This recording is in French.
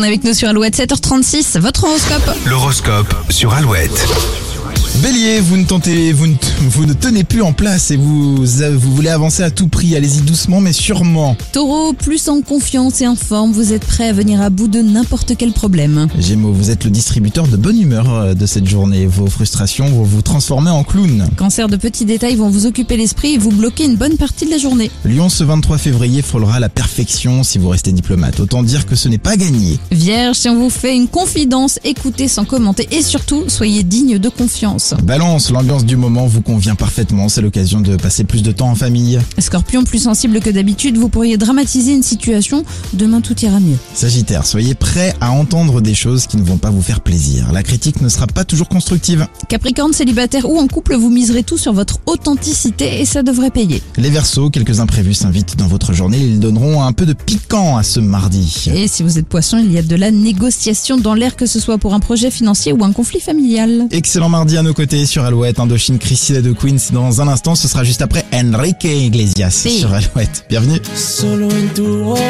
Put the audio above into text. On est Avec nous sur Alouette 7h36, votre horoscope. L'horoscope sur Alouette. Bélier, vous ne tentez, vous ne, vous ne tenez plus en place et vous, euh, vous voulez avancer à tout prix. Allez-y doucement mais sûrement. Taureau, plus en confiance et en forme, vous êtes prêt à venir à bout de n'importe quel problème. Gémeaux, vous êtes le distributeur de bonne humeur euh, de cette journée. Vos frustrations vont vous transformer en clown. Cancer, de petits détails vont vous occuper l'esprit et vous bloquer une bonne partie de la journée. Lyon, ce 23 février frôlera la perfection si vous restez diplomate. Autant dire que ce n'est pas gagné. Vierge, si on vous fait une confidence, écoutez sans commenter et surtout, soyez digne de confiance. Balance, l'ambiance du moment vous convient parfaitement. C'est l'occasion de passer plus de temps en famille. Scorpion, plus sensible que d'habitude, vous pourriez dramatiser une situation, demain tout ira mieux. Sagittaire, soyez prêt à entendre des choses qui ne vont pas vous faire plaisir. La critique ne sera pas toujours constructive. Capricorne, célibataire ou en couple, vous miserez tout sur votre authenticité et ça devrait payer. Les Verseaux, quelques imprévus s'invitent dans votre journée, ils donneront un peu de piquant à ce mardi. Et si vous êtes poisson, il y a de la négociation dans l'air, que ce soit pour un projet financier ou un conflit familial. Excellent mardi à nos côtés sur Alouette, Indochine, Chrissy de Queens. Dans un instant, ce sera juste après Enrique Iglesias Si. sur Alouette. Bienvenue. Solo en tu boca.